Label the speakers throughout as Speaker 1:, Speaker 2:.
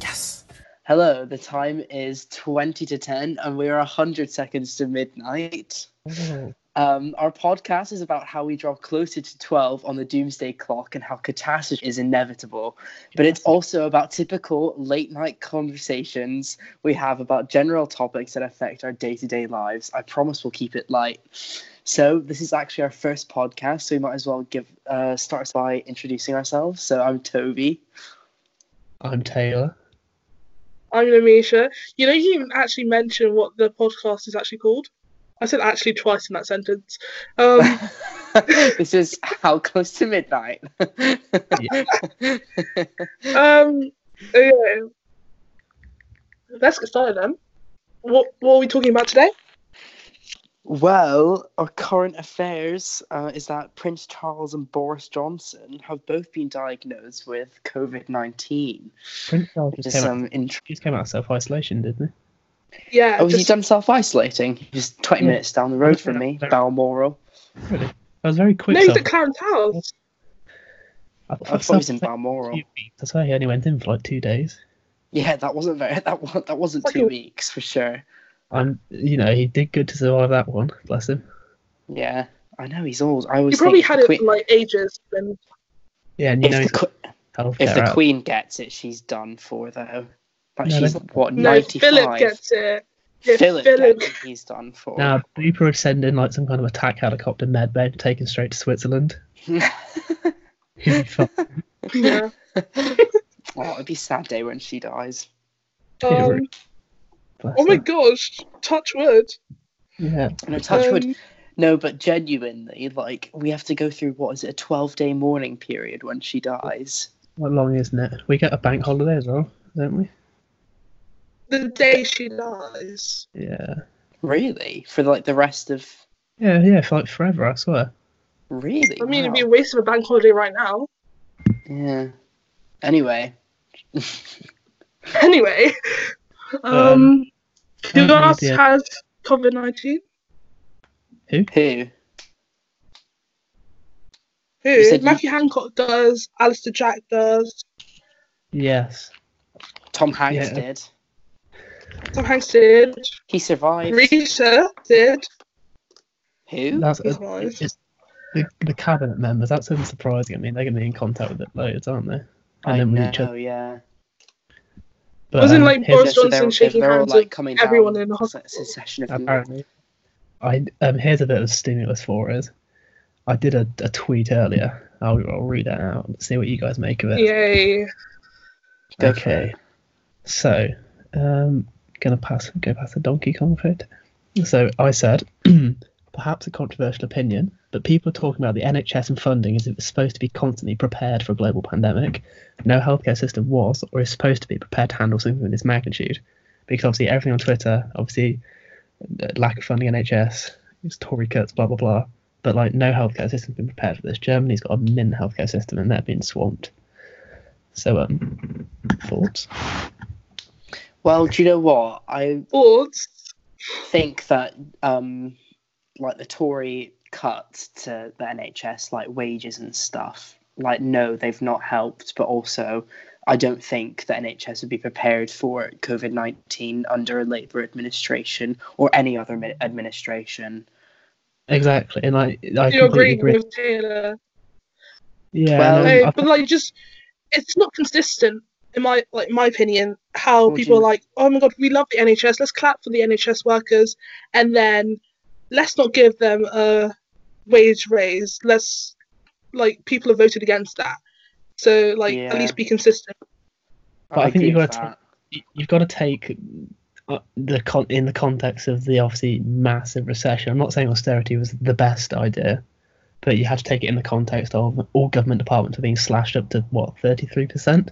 Speaker 1: Yes.
Speaker 2: Hello, the time is 20 to 10, and we are 100 seconds to midnight. Um, our podcast is about how we draw closer to 12 on the doomsday clock and how catastrophe is inevitable. But it's also about typical late night conversations we have about general topics that affect our day to day lives. I promise we'll keep it light. So, this is actually our first podcast, so we might as well give uh, start us by introducing ourselves. So, I'm Toby.
Speaker 1: I'm Taylor.
Speaker 3: I'm Amisha. You know, you didn't actually mention what the podcast is actually called. I said actually twice in that sentence. Um,
Speaker 2: this is How Close to Midnight.
Speaker 3: um, yeah. Let's get started then. What, what are we talking about today?
Speaker 2: Well, our current affairs uh, is that Prince Charles and Boris Johnson have both been diagnosed with COVID 19.
Speaker 1: Prince Charles just
Speaker 2: Just
Speaker 1: came, out,
Speaker 2: um, int-
Speaker 1: just came out of self isolation, didn't
Speaker 3: Yeah,
Speaker 2: oh, he's
Speaker 3: just
Speaker 2: done self isolating. He's 20
Speaker 1: Yeah.
Speaker 2: minutes down the road from me,
Speaker 1: Yeah.
Speaker 2: Balmoral.
Speaker 1: he? Really? That was very quick.
Speaker 3: no, he's
Speaker 1: self-
Speaker 3: at Clarence House.
Speaker 1: I
Speaker 2: I
Speaker 1: thought
Speaker 2: thought he was in
Speaker 1: self-
Speaker 2: Balmoral.
Speaker 1: two weeks. That's why he only went in for like two days.
Speaker 2: Yeah, that wasn't very, that, wa- that wasn't two
Speaker 3: Fucking-
Speaker 2: weeks for sure.
Speaker 1: Um, you know, he did good to survive that one. Bless him.
Speaker 2: Yeah, I know he's old. I always
Speaker 3: He probably
Speaker 2: think if
Speaker 3: had
Speaker 2: the
Speaker 3: it
Speaker 2: Queen-
Speaker 3: for like ages. And
Speaker 1: Yeah, and you
Speaker 2: if
Speaker 1: know
Speaker 2: the
Speaker 1: he's
Speaker 2: que-
Speaker 1: health
Speaker 2: If the
Speaker 1: care out.
Speaker 2: Queen gets it, she's done for though. Like
Speaker 1: No,
Speaker 2: she's
Speaker 1: that's-
Speaker 2: what
Speaker 3: no,
Speaker 2: ninety five.
Speaker 3: Philip gets it. Yeah,
Speaker 2: Philip,
Speaker 3: Philip.
Speaker 2: gets it, he's done for.
Speaker 1: Now, Booper would send in like some kind of attack helicopter medbed, taken straight to Switzerland. He'd be fine.
Speaker 3: Yeah.
Speaker 2: oh, it'd be a sad day when she dies.
Speaker 3: Um,
Speaker 1: Bless
Speaker 3: oh my
Speaker 1: him. gosh.
Speaker 3: gosh, touch wood.
Speaker 1: Yeah.
Speaker 2: No, touch wood.
Speaker 3: Um,
Speaker 2: No, but genuinely, like we have to go through what is it, a twelve day mourning period when she dies.
Speaker 1: What long isn't it? We get a bank holiday as well, don't we?
Speaker 3: The day she dies.
Speaker 1: Yeah.
Speaker 2: Really? For like the rest of
Speaker 1: Yeah, yeah, for like forever, I swear.
Speaker 2: really?
Speaker 3: I mean, it'd be a
Speaker 2: Wow.
Speaker 3: waste of a bank holiday right now.
Speaker 2: Yeah. Anyway.
Speaker 3: Anyway, um,
Speaker 1: Um,
Speaker 3: who
Speaker 1: currently
Speaker 3: else
Speaker 1: the-
Speaker 3: has COVID nineteen?
Speaker 2: Who?
Speaker 3: Who?
Speaker 2: You said you-
Speaker 3: Matthew Hancock does. Alistair Jack does.
Speaker 1: Yes.
Speaker 2: Tom Hanks
Speaker 1: Yeah.
Speaker 2: did.
Speaker 3: Tom Hanks did.
Speaker 2: He survived.
Speaker 3: Risha did.
Speaker 2: Who?
Speaker 1: That's
Speaker 3: He's nice.
Speaker 1: it's the, the cabinet members. That's unsurprising. I mean, they're going to be in contact with it loads, aren't they?
Speaker 2: I
Speaker 1: then with
Speaker 2: know.
Speaker 1: each other.
Speaker 2: Yeah.
Speaker 1: But,
Speaker 3: Wasn't,
Speaker 1: um,
Speaker 3: like,
Speaker 1: here's-
Speaker 3: Boris- Johnson shaking
Speaker 2: all,
Speaker 3: hands with
Speaker 2: coming
Speaker 3: everyone in the
Speaker 2: it's
Speaker 3: hospital.
Speaker 2: like a succession of people.
Speaker 1: apparently. I um, here's a bit of stimulus for us. I did a, a tweet earlier. I'll, I'll read it out. and See what you guys make of it.
Speaker 3: Yay!
Speaker 2: Go for
Speaker 1: Okay. So, um, gonna pass go past the Donkey Kong fit. So I said, perhaps a controversial opinion, but people are talking about the NHS and funding as if it's supposed to be constantly prepared for a global pandemic. No healthcare system was or is supposed to be prepared to handle something of this magnitude, because obviously everything on Twitter, obviously uh, lack of funding NHS, it's Tory cuts, blah blah blah. But like no healthcare system's been prepared for this. Germany's got a min healthcare system and they're being swamped. So um, thoughts?
Speaker 2: Well, do you know what? I
Speaker 3: Boards.
Speaker 2: think that um, like the Tory cuts to the NHS, like wages and stuff. Like, no, they've not helped, but also. I don't think the NHS would be prepared for COVID 19 under a Labour administration or any other mi- administration.
Speaker 1: Exactly, and I, I completely
Speaker 3: You're agreeing
Speaker 1: agree.
Speaker 3: with Taylor.
Speaker 1: Yeah,
Speaker 2: Well-
Speaker 1: no,
Speaker 2: Hey,
Speaker 3: No,
Speaker 1: I-
Speaker 3: but like, just it's not consistent in my like my opinion. How
Speaker 2: What do
Speaker 3: people
Speaker 2: you-
Speaker 3: are like, oh my god, we love the NHS. Let's clap for the NHS workers, and then let's not give them a wage raise. Let's like people have voted against that. So like,
Speaker 2: Yeah.
Speaker 3: at least be consistent.
Speaker 1: But I think
Speaker 2: agree
Speaker 1: you've
Speaker 2: with
Speaker 1: gotta
Speaker 2: that.
Speaker 1: you- you've got to take uh, the con- in the context of the obviously massive recession. I'm not saying austerity was the best idea, but you had to take it in the context of all government departments are being slashed up to what 33 percent.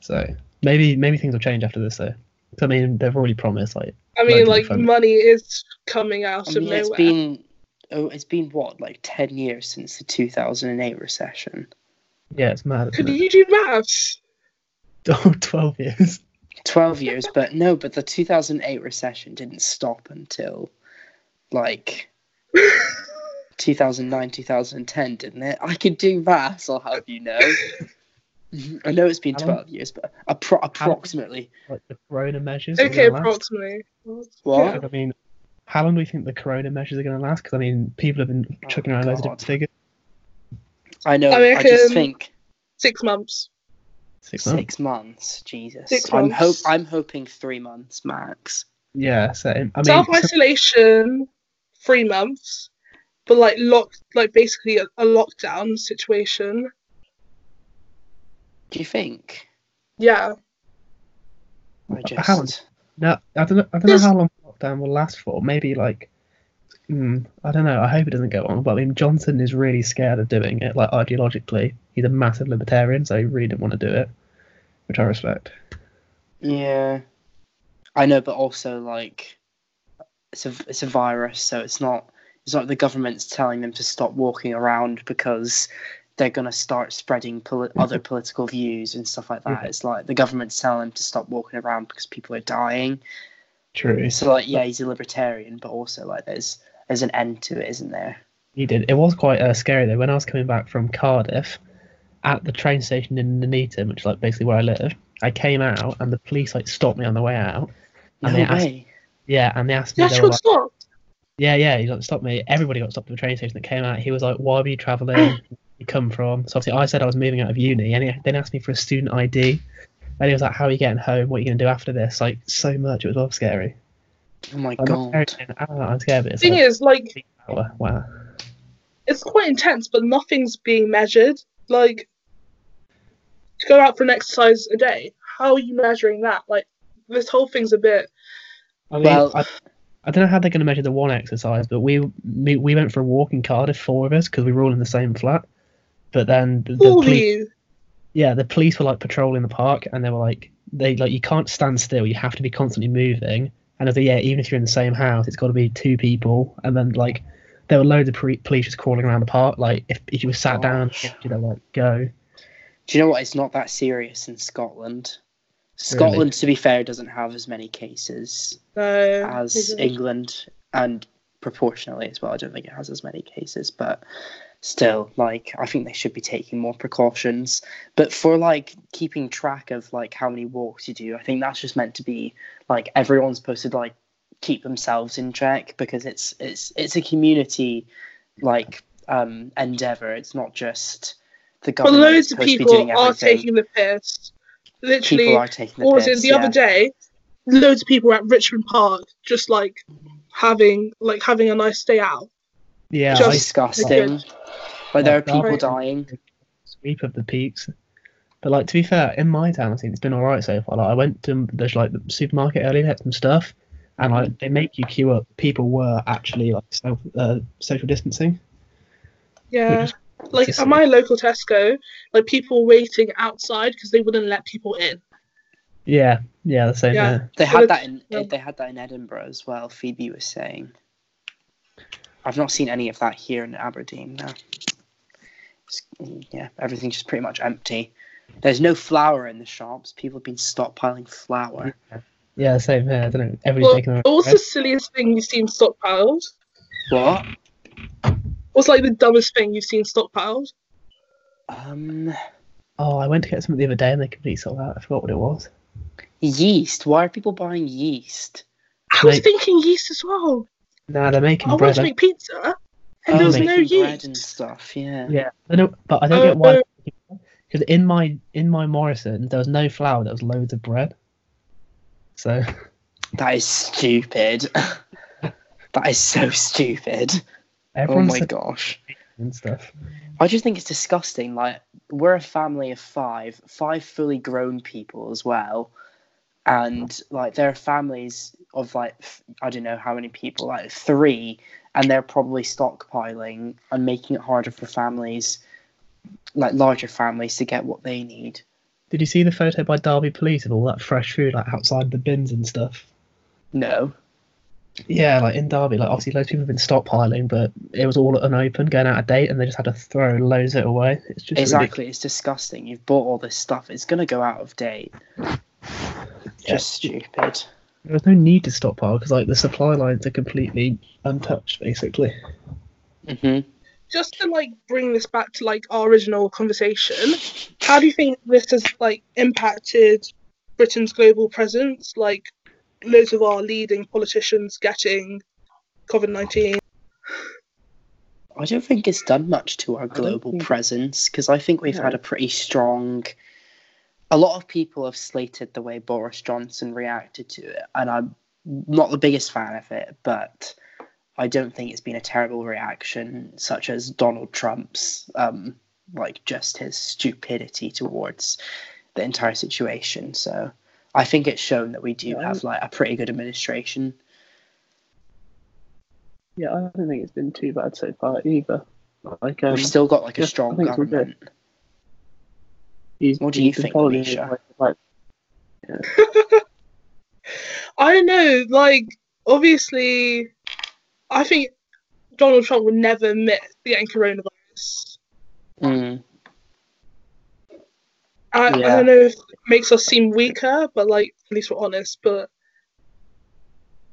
Speaker 1: So maybe maybe things will change after this though. 'Cause, I mean, they've already promised like
Speaker 3: I mean,
Speaker 1: Like,
Speaker 3: like
Speaker 1: fun.
Speaker 3: money is coming out
Speaker 2: I
Speaker 3: of
Speaker 2: mean,
Speaker 3: nowhere.
Speaker 2: it's been oh, it's been what like ten years since the two thousand and eight recession.
Speaker 1: yeah, it's mad.
Speaker 3: Could
Speaker 1: isn't it?
Speaker 3: you do maths?
Speaker 1: 12 years.
Speaker 2: Twelve years, but no, but the two thousand eight recession didn't stop until like two thousand nine, two thousand ten, didn't it? I could do maths. I'll have you know. I know it's been
Speaker 1: Alan?
Speaker 2: 12 years, but appro- approximately.
Speaker 1: Like the corona measures. are
Speaker 3: Okay,
Speaker 1: gonna last?
Speaker 3: approximately.
Speaker 2: What?
Speaker 1: Like, I mean, how long do we think the corona measures are going to last? Because I mean, people have been
Speaker 2: Oh,
Speaker 1: chucking around loads of
Speaker 2: God.
Speaker 1: different figures.
Speaker 2: I know.
Speaker 3: I
Speaker 2: I, just
Speaker 3: reckon
Speaker 2: think
Speaker 3: Six months.
Speaker 1: Six months.
Speaker 2: six months. Jesus.
Speaker 3: Six
Speaker 2: I'm hope
Speaker 3: months.
Speaker 2: I'm hoping three months max.
Speaker 1: Yeah. So I mean,
Speaker 3: Self
Speaker 1: so-
Speaker 3: isolation, three months, but like lock, like basically a, a lockdown situation.
Speaker 2: Do you think?
Speaker 3: Yeah,
Speaker 2: I
Speaker 1: But how-
Speaker 2: just.
Speaker 1: no, I don't. Know, I don't know
Speaker 3: There's-
Speaker 1: how long lockdown will last for. Maybe like, mm, I don't know. I hope it doesn't go on. But I mean, Johnson is really scared of doing it. Like ideologically, he's a massive libertarian, so he really didn't want to do it, which I respect.
Speaker 2: Yeah. I know, but also like, it's a it's a virus, so it's not it's not the government's telling them to stop walking around because they're gonna start spreading poli- other political views and stuff like that. It's like the government's telling them to stop walking around because people are dying.
Speaker 1: True.
Speaker 2: So like, yeah, he's a libertarian, but also like, there's there's an end to it, isn't there?
Speaker 1: He did. It was quite uh, scary though. When I was coming back from Cardiff, at the train station in Nuneaton, which is like basically where I live, I came out and the police like stopped me on the way out.
Speaker 2: No
Speaker 1: And they asked,
Speaker 2: way.
Speaker 1: yeah, and they asked me.
Speaker 3: yeah,
Speaker 1: they
Speaker 3: she
Speaker 1: were
Speaker 3: got
Speaker 1: like-
Speaker 3: stopped.
Speaker 1: yeah, yeah, he got stopped me. Everybody got stopped at the train station that came out. He was like, "Why were you travelling? Where you come from?" So obviously, I said I was moving out of uni, and he then asked me for a student ID. And he was like, "How are you getting home? What are you going to do after this?" Like so much, it was all scary.
Speaker 2: Oh my
Speaker 1: Like, not scary,
Speaker 2: god.
Speaker 1: and, ah, I'm scared, but
Speaker 3: The
Speaker 1: it's
Speaker 3: thing
Speaker 1: like,
Speaker 3: is, like,
Speaker 1: wow, wow.
Speaker 3: it's quite intense, but nothing's being measured. Like, to go out for an exercise a day, how are you measuring that? Like, this whole thing's a bit.
Speaker 1: I mean,
Speaker 2: Well-
Speaker 1: I, I don't know how they're going to measure the one exercise, but we we, we went for a walk in Cardiff, four of us, because we were all in the same flat. But then the, the
Speaker 3: Who are
Speaker 1: police,
Speaker 3: you?
Speaker 1: yeah, the police were like patrolling the park, and they were like, they like you can't stand still, you have to be constantly moving. And I was like, yeah, even if you're in the same house, it's got to be two people. And then like there were loads of pre- police just crawling around the park. Like if, if you were sat down,
Speaker 2: Gosh.
Speaker 1: they're like, go.
Speaker 2: Do you know what? It's not that serious in Scotland. Scotland, to be fair, doesn't have as many cases
Speaker 3: No.
Speaker 2: as
Speaker 3: isn't.
Speaker 2: England, and proportionally as well. I don't think it has as many cases, but still, like I think they should be taking more precautions. But for like keeping track of like how many walks you do, I think that's just meant to be like everyone's supposed to like keep themselves in check because it's it's it's a community like um endeavor. It's not just the
Speaker 3: But
Speaker 2: government.
Speaker 3: loads
Speaker 2: is
Speaker 3: of
Speaker 2: supposed to be
Speaker 3: people
Speaker 2: doing
Speaker 3: are
Speaker 2: everything.
Speaker 3: taking the piss.
Speaker 2: people
Speaker 3: Literally,
Speaker 2: are taking the
Speaker 3: or was it
Speaker 2: piss.
Speaker 3: the
Speaker 2: yeah.
Speaker 3: other day? Loads of people were at Richmond Park, just like having like having a nice day out.
Speaker 1: Yeah,
Speaker 3: Just-
Speaker 1: I
Speaker 2: disgusting. Like there are people dying.
Speaker 1: sweep of the peaks. But like to be fair, in my town, I think it's been all right so far. Like I went to there's like the supermarket earlier, had some stuff, and like they make you queue up. People were actually like self, uh, social distancing.
Speaker 3: Yeah,
Speaker 1: Just-
Speaker 3: like
Speaker 1: just-
Speaker 3: at my local Tesco, like people waiting outside because they wouldn't let people in.
Speaker 1: Yeah, yeah, the same.
Speaker 3: Yeah.
Speaker 1: Yeah.
Speaker 2: They
Speaker 3: So
Speaker 2: had
Speaker 3: that's-
Speaker 2: that in
Speaker 3: yeah.
Speaker 2: they had that in Edinburgh as well. Phoebe was saying. I've not seen any of that here in Aberdeen. No. It's- yeah, everything's just pretty much empty. There's no flour in the shops. People have been stockpiling flour.
Speaker 1: yeah, the same. Yeah, I don't know. Everybody's
Speaker 3: Well,
Speaker 1: taking their
Speaker 3: also silliest thing you've seen stockpiled.
Speaker 2: What?
Speaker 3: What's like the dumbest thing you've seen stockpiled?
Speaker 2: Um,
Speaker 1: Oh, I went to get something the other day and they completely sold out. I forgot what it was.
Speaker 2: yeast. Why are people buying yeast?
Speaker 3: I was
Speaker 1: Like-
Speaker 3: thinking yeast as well.
Speaker 1: Nah, they're making
Speaker 3: I wanted
Speaker 1: bread.
Speaker 3: to
Speaker 1: I-
Speaker 3: make pizza, and there
Speaker 1: Oh,
Speaker 3: was
Speaker 1: making
Speaker 3: no
Speaker 2: bread and
Speaker 3: yeast.
Speaker 2: stuff. Yeah.
Speaker 1: Yeah, I don't, but I don't get
Speaker 3: Uh,
Speaker 1: why. Because in my in my Morrison, there was no flour. There was loads of bread. So
Speaker 2: That is stupid. that is so stupid. Oh
Speaker 1: everyone
Speaker 2: my
Speaker 1: said
Speaker 2: gosh.
Speaker 1: and stuff.
Speaker 2: I just think it's disgusting. Like we're a family of five, five fully grown people as well, and like there are families of like f- I don't know how many people, like three, and they're probably stockpiling and making it harder for families, like larger families, to get what they need.
Speaker 1: Did you see the photo by Derby Police of all that fresh food like outside the bins and stuff?
Speaker 2: No,
Speaker 1: Yeah, like in Derby, like obviously loads of people have been stockpiling, but it was all unopened, going out of date, and they just had to throw loads of it away. It's just ridiculous.
Speaker 2: exactly. It's disgusting. You've bought all this stuff. It's gonna go out of date. Just stupid.
Speaker 1: There was no need to stockpile because like the supply lines are completely untouched, basically.
Speaker 2: hmm
Speaker 3: just to like bring this back to like our original conversation, how do you think this has like impacted Britain's global presence? Like loads of our leading politicians getting COVID nineteen.
Speaker 2: I don't think it's done much to our
Speaker 1: don't
Speaker 2: global
Speaker 1: think-
Speaker 2: presence because I think we've had a pretty strong. A lot of people have slated the way Boris Johnson reacted to it, and I'm not the biggest fan of it, but I don't think it's been a terrible reaction, such as Donald Trump's, um, like just his stupidity towards the entire situation. So I think it's shown that we do
Speaker 1: Yeah, I-
Speaker 2: have like a pretty good administration.
Speaker 1: Yeah, I don't think it's been too bad so far either. Like, um,
Speaker 2: We've still got like a
Speaker 1: yeah, I
Speaker 2: strong
Speaker 1: think it's all good.
Speaker 2: government.
Speaker 1: he's,
Speaker 2: What do you
Speaker 1: he's been
Speaker 2: think,
Speaker 1: following it,
Speaker 2: Misha?
Speaker 1: like- like,
Speaker 3: I don't know, like obviously I think Donald Trump would never admit getting coronavirus.
Speaker 2: Mm.
Speaker 3: I, I
Speaker 2: Yeah.
Speaker 3: don't know if it makes us seem weaker, but like at least we're honest. But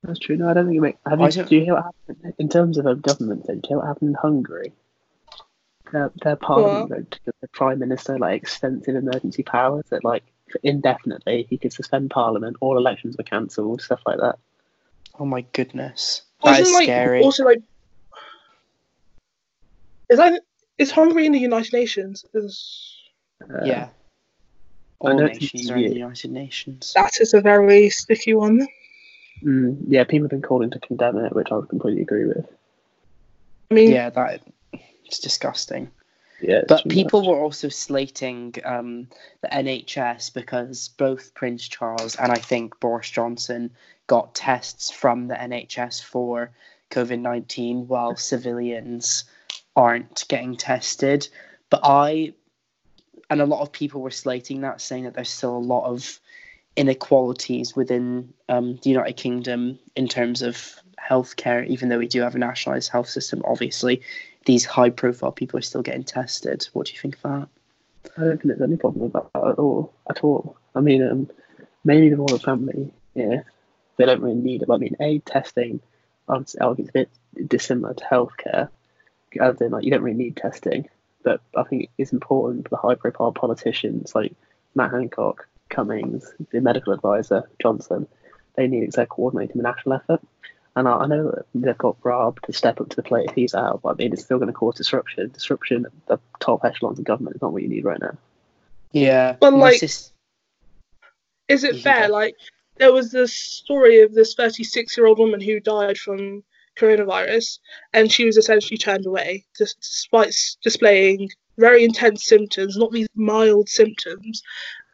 Speaker 1: That's true. No, I don't think it makes. Have
Speaker 2: I
Speaker 1: you,
Speaker 2: don't-
Speaker 1: do you hear what happened in terms of um, government? Though, do you hear what happened in Hungary? Their, their parliament voted to give the prime minister like extensive emergency powers that like for indefinitely he could suspend parliament, all elections were cancelled, stuff like that.
Speaker 2: Oh my goodness. That
Speaker 3: also
Speaker 2: is
Speaker 3: like
Speaker 2: scary.
Speaker 3: also like is that is Hungary in the United Nations? Is
Speaker 1: Uh,
Speaker 2: yeah.
Speaker 1: I
Speaker 2: All
Speaker 1: know it's
Speaker 2: nations are in
Speaker 1: EU.
Speaker 2: the United Nations.
Speaker 3: that is a very sticky one.
Speaker 1: mm, yeah. People have been calling to condemn it, which I would completely agree with.
Speaker 3: I mean,
Speaker 2: Yeah, that it's disgusting.
Speaker 1: Yeah, it's
Speaker 2: But
Speaker 1: too
Speaker 2: people
Speaker 1: much.
Speaker 2: were also slating um, the NHS because both Prince Charles and I think Boris Johnson got tests from the NHS for COVID 19 while civilians aren't getting tested. But I, and a lot of people were slating that, saying that there's still a lot of inequalities within um, the United Kingdom in terms of healthcare, even though we do have a nationalised health system, obviously these high profile people are still getting tested. What do you think of that?
Speaker 1: I don't think there's any problem with that at all. At all. I mean, um, maybe the royal family, yeah, they don't really need it. But I mean, a testing, I'd s- argue it's a bit dissimilar to healthcare, as in like you don't really need testing. But I think it's important for the high-profile politicians like Matt Hancock, Cummings, the medical advisor Johnson, they need exec coordinating the national effort. And I, I know that they've got Raab to step up to the plate if he's out, but I mean, it's still going to cause disruption. Disruption at the top echelons of government is not what you need right now.
Speaker 2: Yeah.
Speaker 3: But,
Speaker 2: my
Speaker 3: like-
Speaker 2: sis-
Speaker 3: is it
Speaker 2: Mhm.
Speaker 3: fair? Like, there was this story of this 36 year old woman who died from coronavirus, and she was essentially turned away just despite s- displaying very intense symptoms, not these mild symptoms.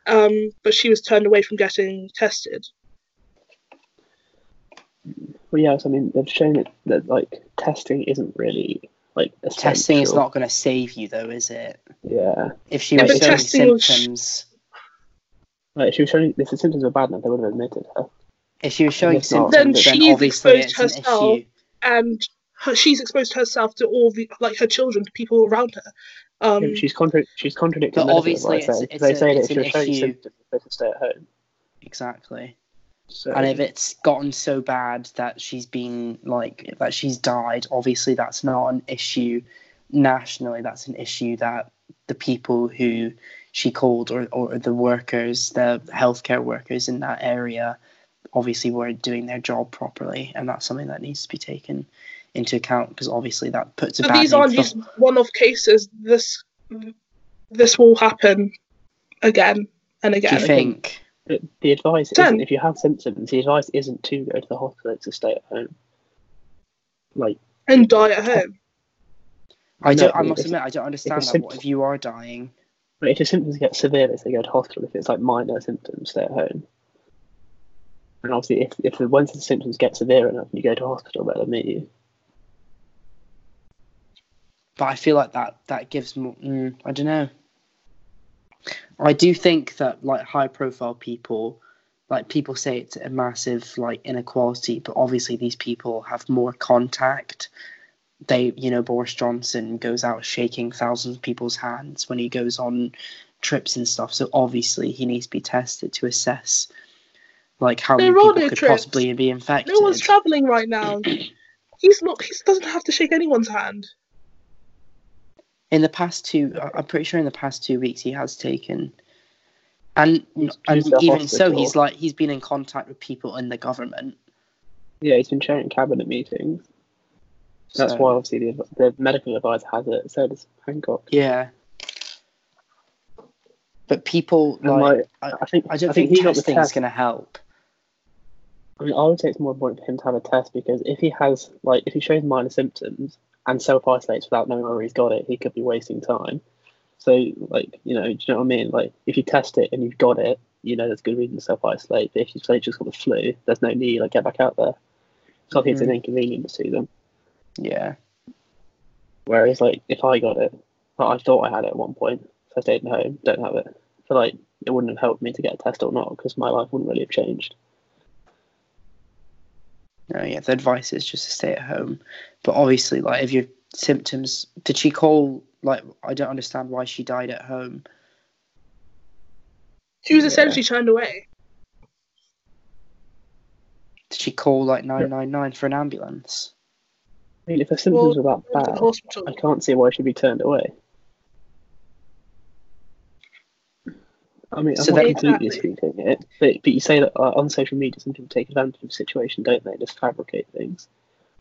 Speaker 3: Um, but she was turned away from getting tested.
Speaker 1: Well, yes, I mean they've shown it that like testing isn't really like essential.
Speaker 2: testing is not going to save you, though, is it?
Speaker 1: Yeah,
Speaker 2: If she
Speaker 1: Yeah,
Speaker 2: was
Speaker 1: but
Speaker 2: showing
Speaker 3: testing will sh-
Speaker 2: symptoms,
Speaker 1: like she was showing if the symptoms were bad enough, they would have admitted her.
Speaker 2: if she was showing
Speaker 1: it's not.
Speaker 2: symptoms,
Speaker 1: Then
Speaker 2: then,
Speaker 3: she's
Speaker 2: obviously it's
Speaker 3: exposed
Speaker 2: an
Speaker 3: herself.
Speaker 2: issue.
Speaker 3: And her, she's exposed herself to all the, like, her children, to people around her. Um,
Speaker 1: she's contra- she's contradicting.
Speaker 2: But
Speaker 1: medical
Speaker 2: obviously
Speaker 1: advice,
Speaker 2: it's-
Speaker 1: though. they
Speaker 2: it's
Speaker 1: say
Speaker 2: a-
Speaker 1: that
Speaker 2: it's
Speaker 1: if you're
Speaker 2: an
Speaker 1: showing
Speaker 2: issue.
Speaker 1: symptoms, you're supposed to stay at home.
Speaker 2: Exactly.
Speaker 1: So
Speaker 2: And if it's gotten so bad that she's been like that she's died, obviously that's not an issue nationally. That's an issue that the people who she called or, or the workers, the healthcare workers in that area, obviously weren't doing their job properly, and that's something that needs to be taken into account because obviously that puts a
Speaker 3: So
Speaker 2: bad
Speaker 3: these
Speaker 2: name
Speaker 3: aren't
Speaker 2: for the-
Speaker 3: just one-off cases. This this will happen again and
Speaker 2: Do
Speaker 3: again.
Speaker 2: you think?
Speaker 1: but the advice
Speaker 3: Then-
Speaker 1: isn't if you have symptoms, the advice isn't to go to the hospital; it's to stay at home. Like
Speaker 3: And die at home.
Speaker 2: I
Speaker 1: No,
Speaker 2: don't. I
Speaker 1: if-
Speaker 2: must admit, I don't understand that.
Speaker 1: simple-
Speaker 2: What if you are dying?
Speaker 1: but if the symptoms get severe, they say go to hospital. If it's like minor symptoms, stay at home. And obviously, if if the once the symptoms get severe enough, you go to hospital, they'll admit you.
Speaker 2: but I feel like that that gives more. Mm, I don't know. I do think that like high profile people, like people say it's a massive like inequality, but obviously these people have more contact. They, you know, Boris Johnson goes out shaking thousands of people's hands when he goes on trips and stuff. So obviously he needs to be tested to assess like how many
Speaker 3: They're on
Speaker 2: people
Speaker 3: their
Speaker 2: could
Speaker 3: trips.
Speaker 2: possibly be infected.
Speaker 3: No one's traveling right now. He's not. He doesn't have to shake anyone's hand.
Speaker 2: in the past two, I- I'm pretty sure in the past two weeks he has taken, and
Speaker 1: He's
Speaker 2: and
Speaker 1: to the
Speaker 2: even so,
Speaker 1: hospital.
Speaker 2: he's like he's been in contact with people in the government.
Speaker 1: Yeah, he's been chairing cabinet meetings. That's
Speaker 2: so-
Speaker 1: why obviously the, the medical advisor has it. So does Hancock.
Speaker 2: Yeah. But people
Speaker 1: And,
Speaker 2: like,
Speaker 1: like,
Speaker 2: I-
Speaker 1: I think
Speaker 2: I don't think,
Speaker 1: he got the
Speaker 2: testing is
Speaker 1: test.
Speaker 2: going to help.
Speaker 1: I mean, I would say it's more important for him to have a test because if he has, like, if he shows minor symptoms and self isolates without knowing whether he's got it, he could be wasting time. So, like, you know, do you know what I mean? Like, if you test it and you've got it, you know, there's good reason to self isolate. But if you've like, just got the flu, there's no need, like, get back out there. So I think it's
Speaker 2: Mm-hmm.
Speaker 1: an inconvenience to them.
Speaker 2: Yeah.
Speaker 1: Whereas, like, if I got it, like, I thought I had it at one point, so I stayed at home, don't have it. So, like, it wouldn't have helped me to get a test or not because my life wouldn't really have changed.
Speaker 2: No, yeah. The advice is just to stay at home. But obviously, like, if your symptoms, did she call? Like, I don't understand why she died at home.
Speaker 3: She was
Speaker 2: Yeah.
Speaker 3: essentially turned away.
Speaker 2: Did she call like nine nine nine for an ambulance?
Speaker 1: I mean, if the symptoms
Speaker 3: Well,
Speaker 1: were that
Speaker 3: To the
Speaker 1: bad.
Speaker 3: hospital.
Speaker 1: I can't see why she'd be turned away. I mean, I'm
Speaker 2: So
Speaker 1: not
Speaker 2: that-
Speaker 1: completely
Speaker 3: Exactly.
Speaker 1: excluding it, but, but you say that uh, on social media, some people take advantage of the situation, don't they? Just fabricate things.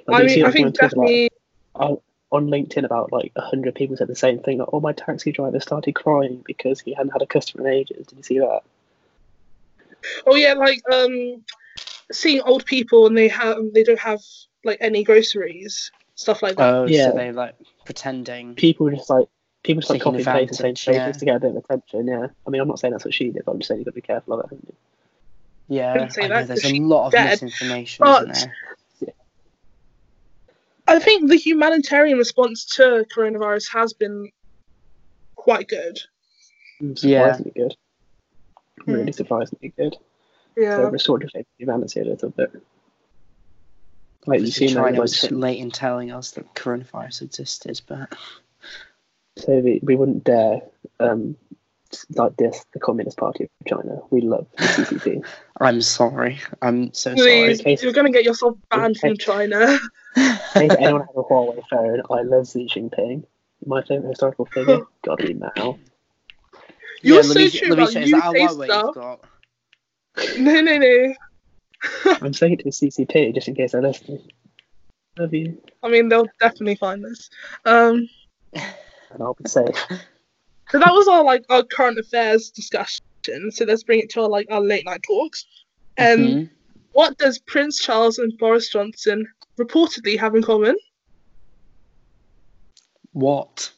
Speaker 1: Like,
Speaker 3: I
Speaker 1: you see
Speaker 3: mean, I
Speaker 1: lots of
Speaker 3: think
Speaker 1: people talk about-
Speaker 3: definitely.
Speaker 1: on LinkedIn, about like hundred people said the same thing. Like, oh, my taxi driver started crying because he hadn't had a customer in ages. Did you see that?
Speaker 3: Oh yeah, like um, seeing old people and they have they don't have like any groceries, stuff like that.
Speaker 2: Oh,
Speaker 1: Uh, Yeah.
Speaker 2: so they like pretending.
Speaker 1: People just like people just like
Speaker 2: Taking
Speaker 1: copy and paste the same
Speaker 2: advantage, yeah.
Speaker 1: statements to get a bit of attention. Yeah, I mean, I'm not saying that's what she did, but I'm just saying you've got to be careful of it. haven't you?
Speaker 2: Yeah.
Speaker 3: Don't say
Speaker 2: I know,
Speaker 3: that,
Speaker 2: there's
Speaker 3: 'cause
Speaker 2: a
Speaker 3: she's
Speaker 2: lot of
Speaker 3: dead.
Speaker 2: misinformation,
Speaker 3: But-
Speaker 2: isn't there?
Speaker 3: I think the humanitarian response to coronavirus has been quite good.
Speaker 1: Mm,
Speaker 2: Yeah.
Speaker 1: Surprisingly good.
Speaker 3: Mm.
Speaker 1: Really surprisingly good. So
Speaker 3: Yeah.
Speaker 1: restored faith in humanity a little bit. Like you
Speaker 2: Obviously,
Speaker 1: see, like,
Speaker 2: China
Speaker 1: like,
Speaker 2: was a bit
Speaker 1: so
Speaker 2: late in telling us that coronavirus existed, but
Speaker 1: we, we wouldn't dare um, like this the Communist Party of China. We love the CCP.
Speaker 2: I'm sorry. I'm so sorry.
Speaker 3: Please, you're going to get yourself banned from China.
Speaker 1: if anyone has a Huawei phone, I love Xi Jinping. My favorite historical figure, Gotti Mao.
Speaker 3: You're
Speaker 2: Yeah,
Speaker 3: so
Speaker 2: Lanisha-
Speaker 3: true about
Speaker 2: Lanisha,
Speaker 3: you
Speaker 2: how
Speaker 3: say
Speaker 2: Huawei you've
Speaker 3: stuff. Um,
Speaker 2: got?
Speaker 3: No, no, no.
Speaker 1: I'm saying it to the CCP just in case they're listening. Love you,
Speaker 3: I mean, they'll definitely find this. Um,
Speaker 1: and I'll be safe.
Speaker 3: so that was our like our current affairs discussion. So let's bring it to our like our late night talks. Um,
Speaker 1: Mm-hmm.
Speaker 2: Mhm.
Speaker 3: what does Prince Charles and Boris Johnson reportedly have in common?
Speaker 2: What?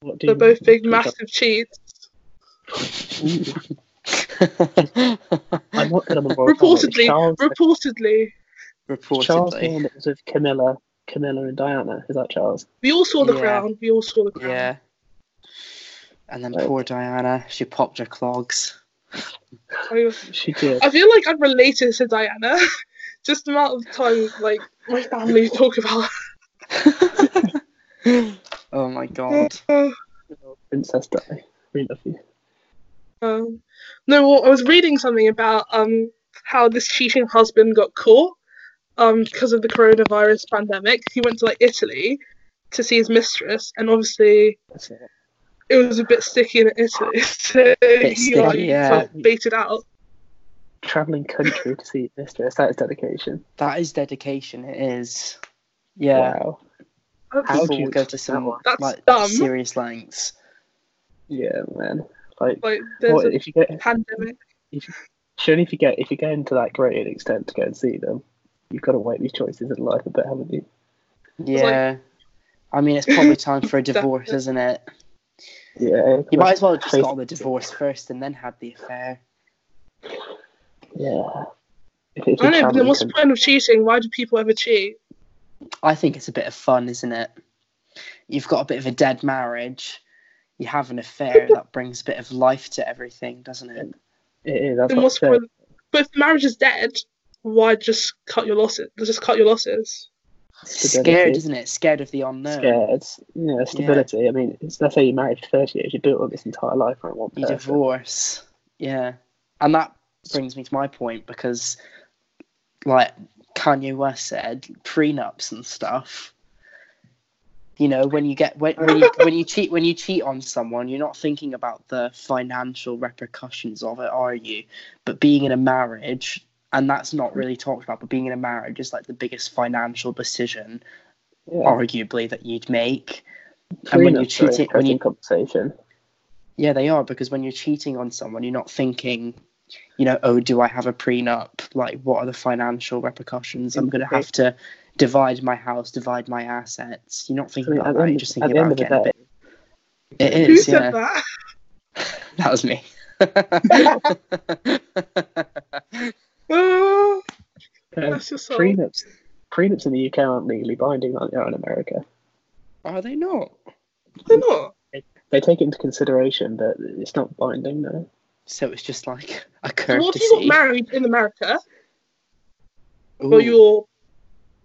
Speaker 1: What do
Speaker 3: They're
Speaker 1: you-
Speaker 3: both big,
Speaker 1: do you-
Speaker 3: massive cheats.
Speaker 1: I'm not that I'm a royal family.
Speaker 3: Reportedly,
Speaker 1: Charles,
Speaker 3: reportedly.
Speaker 1: Charles, the
Speaker 2: Reportedly.
Speaker 1: one that was with Camilla, Camilla and Diana. Is that Charles?
Speaker 3: We all saw the
Speaker 2: Yeah.
Speaker 3: crown. We all saw the crown.
Speaker 2: Yeah. And then
Speaker 1: Right.
Speaker 2: poor Diana, she popped her clogs.
Speaker 3: I,
Speaker 1: She did.
Speaker 3: I feel like I'm related to Diana. Just the amount of time like my family talk about.
Speaker 2: oh my god.
Speaker 3: her. Uh,
Speaker 1: Princess Di. We love you.
Speaker 3: Um, no, well, I was reading something about um how this cheating husband got caught um because of the coronavirus pandemic. He went to like Italy to see his mistress, and obviously
Speaker 1: That's it.
Speaker 3: it was a bit sticky in Italy, so he
Speaker 2: sticky,
Speaker 3: like,
Speaker 2: yeah.
Speaker 3: sort of baited out.
Speaker 1: Traveling country to see his mistress. That is dedication.
Speaker 2: That is dedication, it is. Yeah.
Speaker 1: Wow. How
Speaker 3: That's,
Speaker 1: do
Speaker 2: People
Speaker 1: you
Speaker 2: will go to
Speaker 1: explain
Speaker 2: some
Speaker 1: that one?
Speaker 3: that's
Speaker 2: like
Speaker 3: dumb.
Speaker 2: serious lengths.
Speaker 1: Yeah, man. Like,
Speaker 3: Like there's
Speaker 1: what,
Speaker 3: a
Speaker 1: if you get,
Speaker 3: pandemic.
Speaker 1: surely if you get, if you're going to that great an extent to go and see them, you've got to weigh these choices in life a bit, haven't you?
Speaker 2: Yeah. I mean, it's probably time for a divorce, isn't it?
Speaker 1: Yeah.
Speaker 2: You might as well have just
Speaker 1: face-
Speaker 2: got on the divorce first and then had the affair.
Speaker 1: Yeah. If, if
Speaker 3: I
Speaker 1: you're
Speaker 3: don't know, but then
Speaker 1: traveling
Speaker 3: what's the
Speaker 1: country-
Speaker 3: point of cheating? Why do people ever cheat?
Speaker 2: I think it's a bit of fun, isn't it? You've got a bit of a dead marriage. You have an affair that brings a bit of life to everything, doesn't it?
Speaker 1: it is, that's
Speaker 3: Then
Speaker 1: what
Speaker 3: what's the
Speaker 1: I'm saying.
Speaker 3: point- But if marriage is dead, why just cut your losses? Just cut your losses.
Speaker 2: Scared, isn't it? Scared of the unknown.
Speaker 1: Scared. Yeah, stability. I mean, it's, let's say you're married for 30 years, you built up this entire life around one
Speaker 2: You
Speaker 1: person.
Speaker 2: divorce. Yeah. And that brings me to my point because, like Kanye West said, prenups and stuff. You know, when you get when when you, when you cheat when you cheat on someone, you're not thinking about the financial repercussions of it, are you? But being in a marriage, and that's not really talked about, but being in a marriage is like the biggest financial decision,
Speaker 1: Yeah.
Speaker 2: arguably, that you'd make.
Speaker 1: Pretty
Speaker 2: when you
Speaker 1: much very
Speaker 2: cheat it- when you-
Speaker 1: interesting conversation.
Speaker 2: Yeah, they are because when you're cheating on someone, you're not thinking, you know, oh, do I have a prenup? Like, what are the financial repercussions? I'm going to have to divide my house, divide my assets. You're
Speaker 1: I
Speaker 2: not thinking
Speaker 1: mean,
Speaker 2: about
Speaker 1: at
Speaker 2: that.
Speaker 1: the
Speaker 2: You're
Speaker 1: end,
Speaker 2: just
Speaker 1: at
Speaker 2: thinking
Speaker 1: the end
Speaker 2: about
Speaker 1: of the
Speaker 2: getting a
Speaker 1: day,
Speaker 2: bit. It
Speaker 3: Who
Speaker 2: is,
Speaker 3: said
Speaker 2: yeah.
Speaker 3: that?
Speaker 2: That was me.
Speaker 3: Oh,
Speaker 1: uh,
Speaker 3: bless your soul.
Speaker 1: prenups, prenups in the UK aren't legally binding like they are in America.
Speaker 2: are they not?
Speaker 3: They're not.
Speaker 1: They take it into consideration, but it's not binding, no.
Speaker 2: So it's just like a
Speaker 3: So
Speaker 2: courtesy.
Speaker 3: what if you got married in America or
Speaker 2: Ooh.
Speaker 3: you're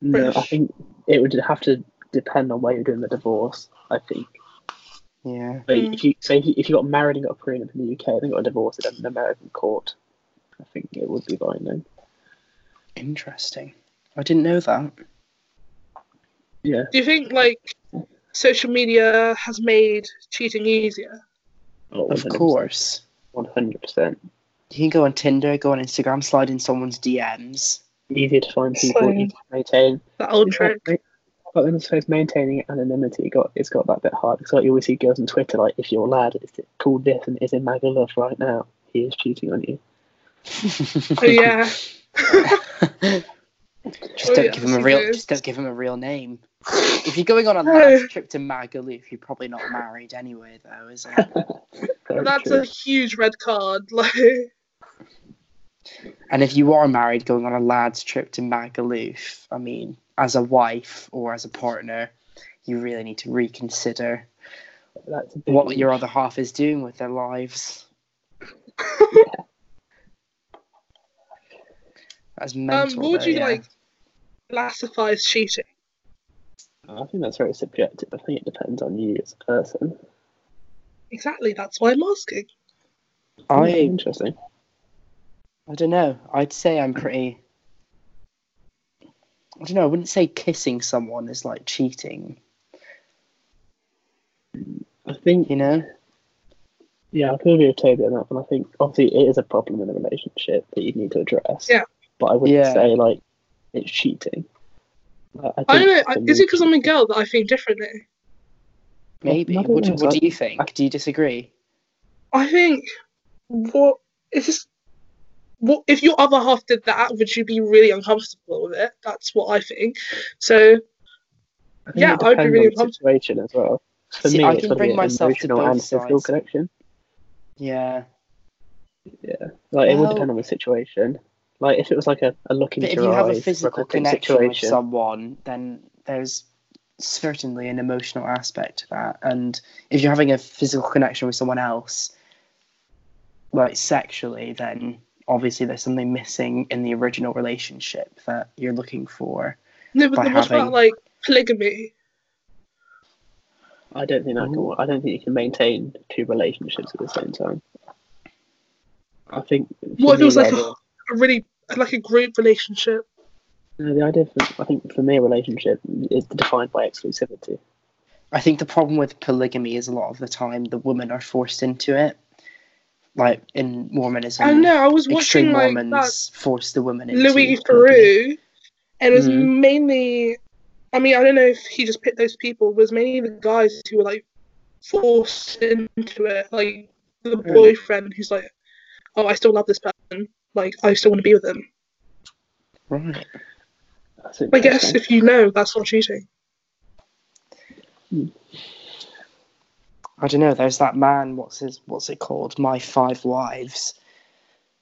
Speaker 1: No, I
Speaker 3: British.
Speaker 1: think it would have to depend on where you're doing the divorce, I think.
Speaker 2: Yeah.
Speaker 1: But
Speaker 3: Mm.
Speaker 1: if you so if you, if you got married and got a prenup in the UK and then got a divorce in an American court, I think it would be binding.
Speaker 2: Interesting. I didn't know that.
Speaker 1: Yeah.
Speaker 3: do you think like social media has made cheating easier?
Speaker 1: Oh,
Speaker 2: Of course.
Speaker 1: One hundred percent.
Speaker 2: You can go on Tinder, go on Instagram, slide in someone's DMs.
Speaker 1: Easier to find people,
Speaker 3: So-
Speaker 1: easier to maintain.
Speaker 3: That old
Speaker 1: It's like
Speaker 3: trick.
Speaker 1: ma- But then I suppose maintaining anonymity got it's got that bit hard because like you always see girls on Twitter like if your lad is called this and is in mega love right now, he is cheating on you.
Speaker 3: Oh, yeah.
Speaker 2: Just
Speaker 3: Oh,
Speaker 2: don't
Speaker 3: yeah,
Speaker 2: give him a
Speaker 3: she
Speaker 2: real.
Speaker 3: goes.
Speaker 2: Just don't give him a real name. If you're going on a
Speaker 3: No.
Speaker 2: last trip to Magaluf, you're probably not married anyway, though, is it?
Speaker 1: Very
Speaker 3: That's
Speaker 1: true.
Speaker 3: a huge red card. Like, um,
Speaker 2: and if you are married, going on a lad's trip to Magaluf, I mean, as a wife or as a partner, you really need to reconsider
Speaker 1: That's a big
Speaker 2: what your other half is doing with their lives. That's
Speaker 3: um,
Speaker 2: mental.
Speaker 3: what would
Speaker 2: though,
Speaker 3: you
Speaker 2: yeah.
Speaker 3: like classify as cheating?
Speaker 1: I think that's very subjective. I think it depends on you as a person.
Speaker 3: Exactly. That's why I'm asking.
Speaker 2: I
Speaker 3: Mm-hmm.
Speaker 1: Yeah, interesting.
Speaker 2: I don't know. I'd say I'm pretty. I don't know. I wouldn't say kissing someone is like cheating.
Speaker 1: I think
Speaker 2: You know,
Speaker 1: Yeah, I could agree with Toby on that one. I think obviously it is a problem in a relationship that you need to address.
Speaker 3: Yeah.
Speaker 1: But I wouldn't
Speaker 2: Yeah.
Speaker 1: say like it's cheating. I, I
Speaker 3: I
Speaker 1: think
Speaker 3: don't
Speaker 1: for
Speaker 3: know. Is
Speaker 1: me-
Speaker 3: it because I'm a girl that I think differently?
Speaker 2: maybe.
Speaker 1: I don't
Speaker 2: What,
Speaker 1: know,
Speaker 2: what do
Speaker 1: like-
Speaker 2: you think? Do you disagree?
Speaker 3: I think what is this? What if your other half did that? Would you be really uncomfortable with it? That's what I think. So
Speaker 1: I think
Speaker 3: yeah,
Speaker 1: it
Speaker 3: I would
Speaker 1: depends
Speaker 3: be really
Speaker 1: on the
Speaker 3: uncomfortable.
Speaker 1: situation as well. For
Speaker 2: See,
Speaker 1: me,
Speaker 2: I
Speaker 1: it's
Speaker 2: can
Speaker 1: gotta be
Speaker 2: bring
Speaker 1: an
Speaker 2: myself to
Speaker 1: emotional and
Speaker 2: both
Speaker 1: social
Speaker 2: sides.
Speaker 1: connection.
Speaker 2: Yeah,
Speaker 1: Like it would
Speaker 2: Well-
Speaker 1: depend on the situation. Like if it was like a, a look into
Speaker 2: but if
Speaker 1: your
Speaker 2: you have a
Speaker 1: eyes,
Speaker 2: physical
Speaker 1: romantic
Speaker 2: connection with
Speaker 1: situation,
Speaker 2: someone, then there's certainly an emotional aspect to that. And if you're having a physical connection with someone else, like sexually, then obviously there's something missing in the original relationship that you're looking for.
Speaker 3: No, but
Speaker 2: By
Speaker 3: then what
Speaker 2: having-
Speaker 3: about like polygamy?
Speaker 1: I don't think
Speaker 3: Mm-hmm.
Speaker 1: I can. I don't think you can maintain two relationships at the same time. I think. for
Speaker 3: What if
Speaker 1: me,
Speaker 3: it was like
Speaker 1: where
Speaker 3: a,
Speaker 1: the-
Speaker 3: a really like a group relationship?
Speaker 1: No, the idea, for, I think, for me, a relationship is defined by exclusivity.
Speaker 2: I think the problem with polygamy is a lot of the time the women are forced into it. Like in Mormonism,
Speaker 3: I don't know. I was
Speaker 2: extreme
Speaker 3: watching like
Speaker 2: Mormons
Speaker 3: that
Speaker 2: force the women into polygamy.
Speaker 3: Louis Theroux, and it was
Speaker 2: Mhm.
Speaker 3: mainly. I mean, I don't know if he just picked those people. It was mainly the guys who were like forced into it, like the boyfriend who's like, "Oh, I still love this person. Like, I still want to be with them."
Speaker 2: Right.
Speaker 1: That's
Speaker 3: I guess
Speaker 1: interesting.
Speaker 3: if you know, that's not cheating.
Speaker 2: I don't know. There's that man. What's his? What's it called? My five wives,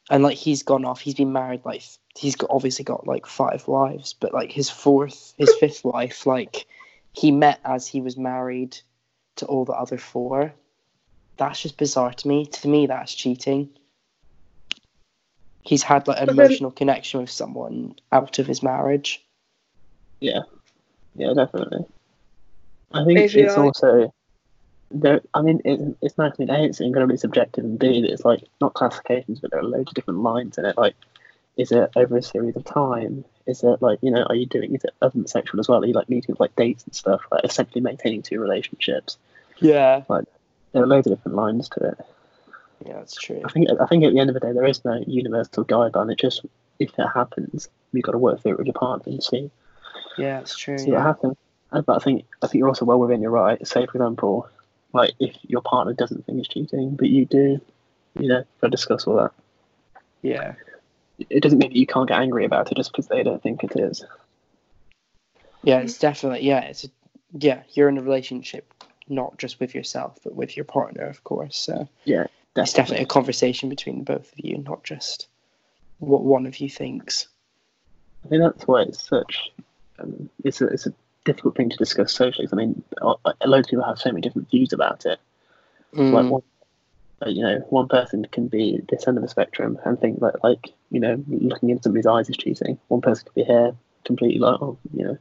Speaker 2: and like he's gone off. He's been married. Like he's got, obviously got like five wives, but like his fourth, his fifth wife, like he met as he was married to all the other four. That's just bizarre to me. To me, that's cheating. He's had like an
Speaker 3: But then-
Speaker 2: emotional connection with someone out of his marriage.
Speaker 1: Yeah, definitely. I think
Speaker 3: Maybe
Speaker 1: it's
Speaker 3: I-
Speaker 1: also there. I mean, it, it's nice. I mean, a, it's incredibly subjective, and b, that it's like not classifications, but there are loads of different lines in it. Like, is it over a series of time? is that like you know are you doing it other than sexual as well? Are you like meeting with, like dates and stuff? Like essentially maintaining two relationships.
Speaker 2: Yeah.
Speaker 1: There are loads of different lines to it.
Speaker 2: Yeah, that's true.
Speaker 1: I think I think at the end of the day there is no universal guideline. It just if it happens, we've got to work through it with your partner and see
Speaker 2: Yeah, that's true.
Speaker 1: see what
Speaker 2: Yeah.
Speaker 1: happens. And- But I think I think you're also well within your right. Say for example, like if your partner doesn't think it's cheating, but you do, you know, got to discuss all that.
Speaker 2: Yeah.
Speaker 1: It doesn't mean that you can't get angry about it just because they don't think it is.
Speaker 2: Yeah,
Speaker 1: Mm-hmm.
Speaker 2: it's definitely yeah, it's a, yeah, you're in a relationship not just with yourself, but with your partner, of course. So it's definitely a conversation between the both of you, not just what one of you thinks.
Speaker 1: I mean, that's why it's such. Um, it's a it's a difficult thing to discuss socially. 'cause I mean, uh, loads of people have so many different views about it. Like
Speaker 2: Mm,
Speaker 1: one, uh, you know, one person can be this end of the spectrum and think that, like, you know, looking into somebody's eyes is cheating. One person could be here completely like, oh, you know,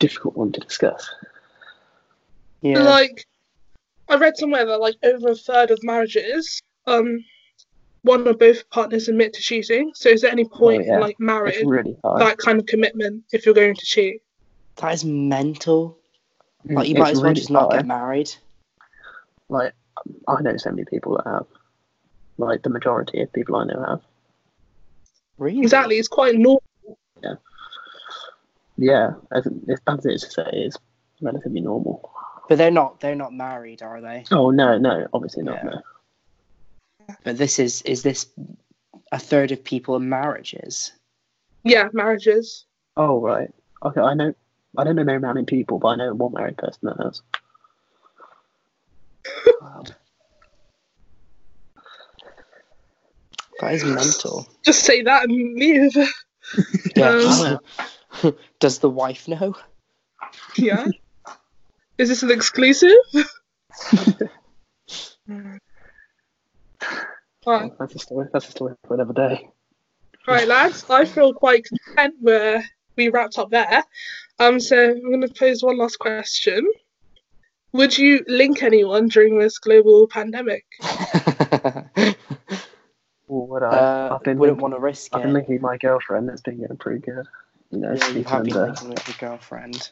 Speaker 1: difficult one to discuss.
Speaker 2: yeah.
Speaker 3: Like, I read somewhere that like over a third of marriages, um, one or both partners admit to cheating. So is there any point
Speaker 1: Oh, yeah.
Speaker 3: in like marriage,
Speaker 1: It's really hard.
Speaker 3: that kind of commitment, if you're going to cheat?
Speaker 2: that is mental. Like you
Speaker 1: Mm, It's
Speaker 2: might as well
Speaker 1: really
Speaker 2: just not
Speaker 1: hard.
Speaker 2: get married.
Speaker 1: Like, I know so many people that have. Like, the majority of people I know have.
Speaker 2: Really?
Speaker 3: Exactly, it's quite normal.
Speaker 1: Yeah, as, as bad as it is to say, it's relatively normal.
Speaker 2: But they're not they're not married, are they?
Speaker 1: Oh no, no, obviously not.
Speaker 2: Yeah.
Speaker 1: No.
Speaker 2: But this is is this a third of people in marriages?
Speaker 3: Yeah, marriages.
Speaker 1: Oh right. Okay, I know. I don't know no married people, but I know one married person that has.
Speaker 2: God. That is mental.
Speaker 3: Just say that and leave.
Speaker 2: Yeah.
Speaker 1: Um,
Speaker 2: just- does the wife know?
Speaker 3: yeah. Is this an exclusive? Right.
Speaker 1: That's a story. That's a story for another day.
Speaker 3: Right, lads, I feel quite content where we wrapped up there. Um, so I'm going to pose one last question. Would you link anyone during this global pandemic?
Speaker 1: Or would I?
Speaker 2: uh,
Speaker 1: I've been
Speaker 2: wouldn't
Speaker 1: linking,
Speaker 2: want to risk
Speaker 1: I've been
Speaker 2: it.
Speaker 1: linking with my girlfriend. That's been getting pretty good. You know,
Speaker 2: Yeah, you
Speaker 1: speaking
Speaker 2: have been
Speaker 1: under.
Speaker 2: living with your girlfriend.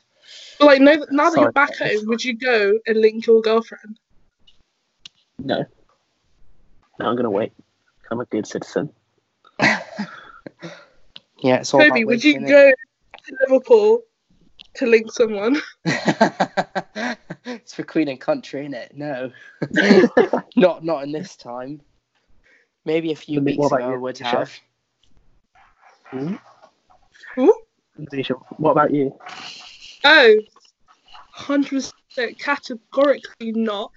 Speaker 3: But like, no, now that
Speaker 1: Sorry.
Speaker 3: you're back home, would you go and link your girlfriend?
Speaker 1: No. No, I'm gonna wait. I'm a good citizen.
Speaker 2: Yeah, it's all
Speaker 3: Toby,
Speaker 2: about
Speaker 3: would
Speaker 2: waiting,
Speaker 3: you
Speaker 2: innit?
Speaker 3: go to Liverpool to link someone?
Speaker 2: it's for Queen and Country, isn't it? No, not not in this time. Maybe a few
Speaker 1: What
Speaker 2: weeks
Speaker 1: about
Speaker 2: ago I
Speaker 1: you,
Speaker 2: would
Speaker 1: Michelle?
Speaker 2: have.
Speaker 3: Ooh.
Speaker 1: Nisha, What about you?
Speaker 3: Oh, 100% categorically not.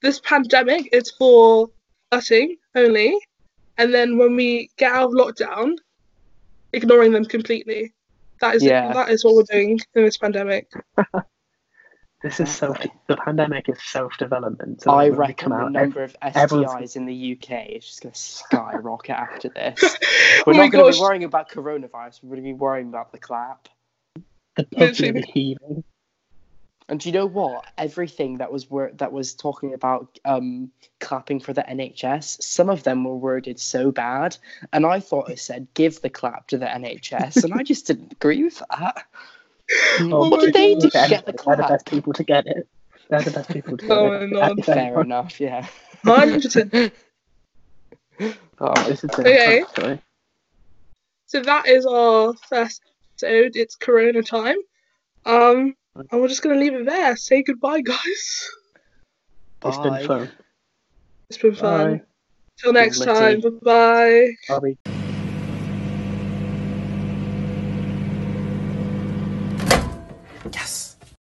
Speaker 3: This pandemic is for cutting only. And then when we get out of lockdown, ignoring them completely. That is
Speaker 2: Yeah.
Speaker 3: that is what we're doing in this pandemic.
Speaker 1: This is self. The pandemic is self-development.
Speaker 2: I
Speaker 1: when we
Speaker 2: reckon
Speaker 1: come
Speaker 2: the
Speaker 1: out,
Speaker 2: number of
Speaker 1: everyone's-
Speaker 2: STIs in the UK is just going to skyrocket after this. We're
Speaker 3: oh my
Speaker 2: not going to
Speaker 3: gosh.
Speaker 2: be worrying about coronavirus. We're going to be worrying about the clap.
Speaker 1: The pubs
Speaker 3: Literally.
Speaker 1: will be heaving.
Speaker 2: And do you know what? Everything that was wor- that was talking about um, clapping for the NHS, some of them were worded so bad, and I thought it said "give the clap to the NHS," and I just didn't agree with that.
Speaker 3: Oh
Speaker 2: what
Speaker 3: my
Speaker 2: did they do?
Speaker 1: They're
Speaker 2: to Get the
Speaker 1: the
Speaker 2: clap.
Speaker 1: best people to get it. They're the best people to get
Speaker 3: Oh
Speaker 1: it.
Speaker 3: my god.
Speaker 2: Fair enough. Yeah.
Speaker 3: 100%.
Speaker 2: Oh,
Speaker 1: This is
Speaker 3: Okay.
Speaker 1: okay. Sorry.
Speaker 3: So that is our first episode. It's corona time. Um and we're just gonna leave it there. Say goodbye, guys.
Speaker 1: It's
Speaker 2: bye.
Speaker 1: been fun.
Speaker 3: It's been fun.
Speaker 1: Bye.
Speaker 3: Till next
Speaker 2: Litty.
Speaker 3: time. Bye bye.
Speaker 1: Bye.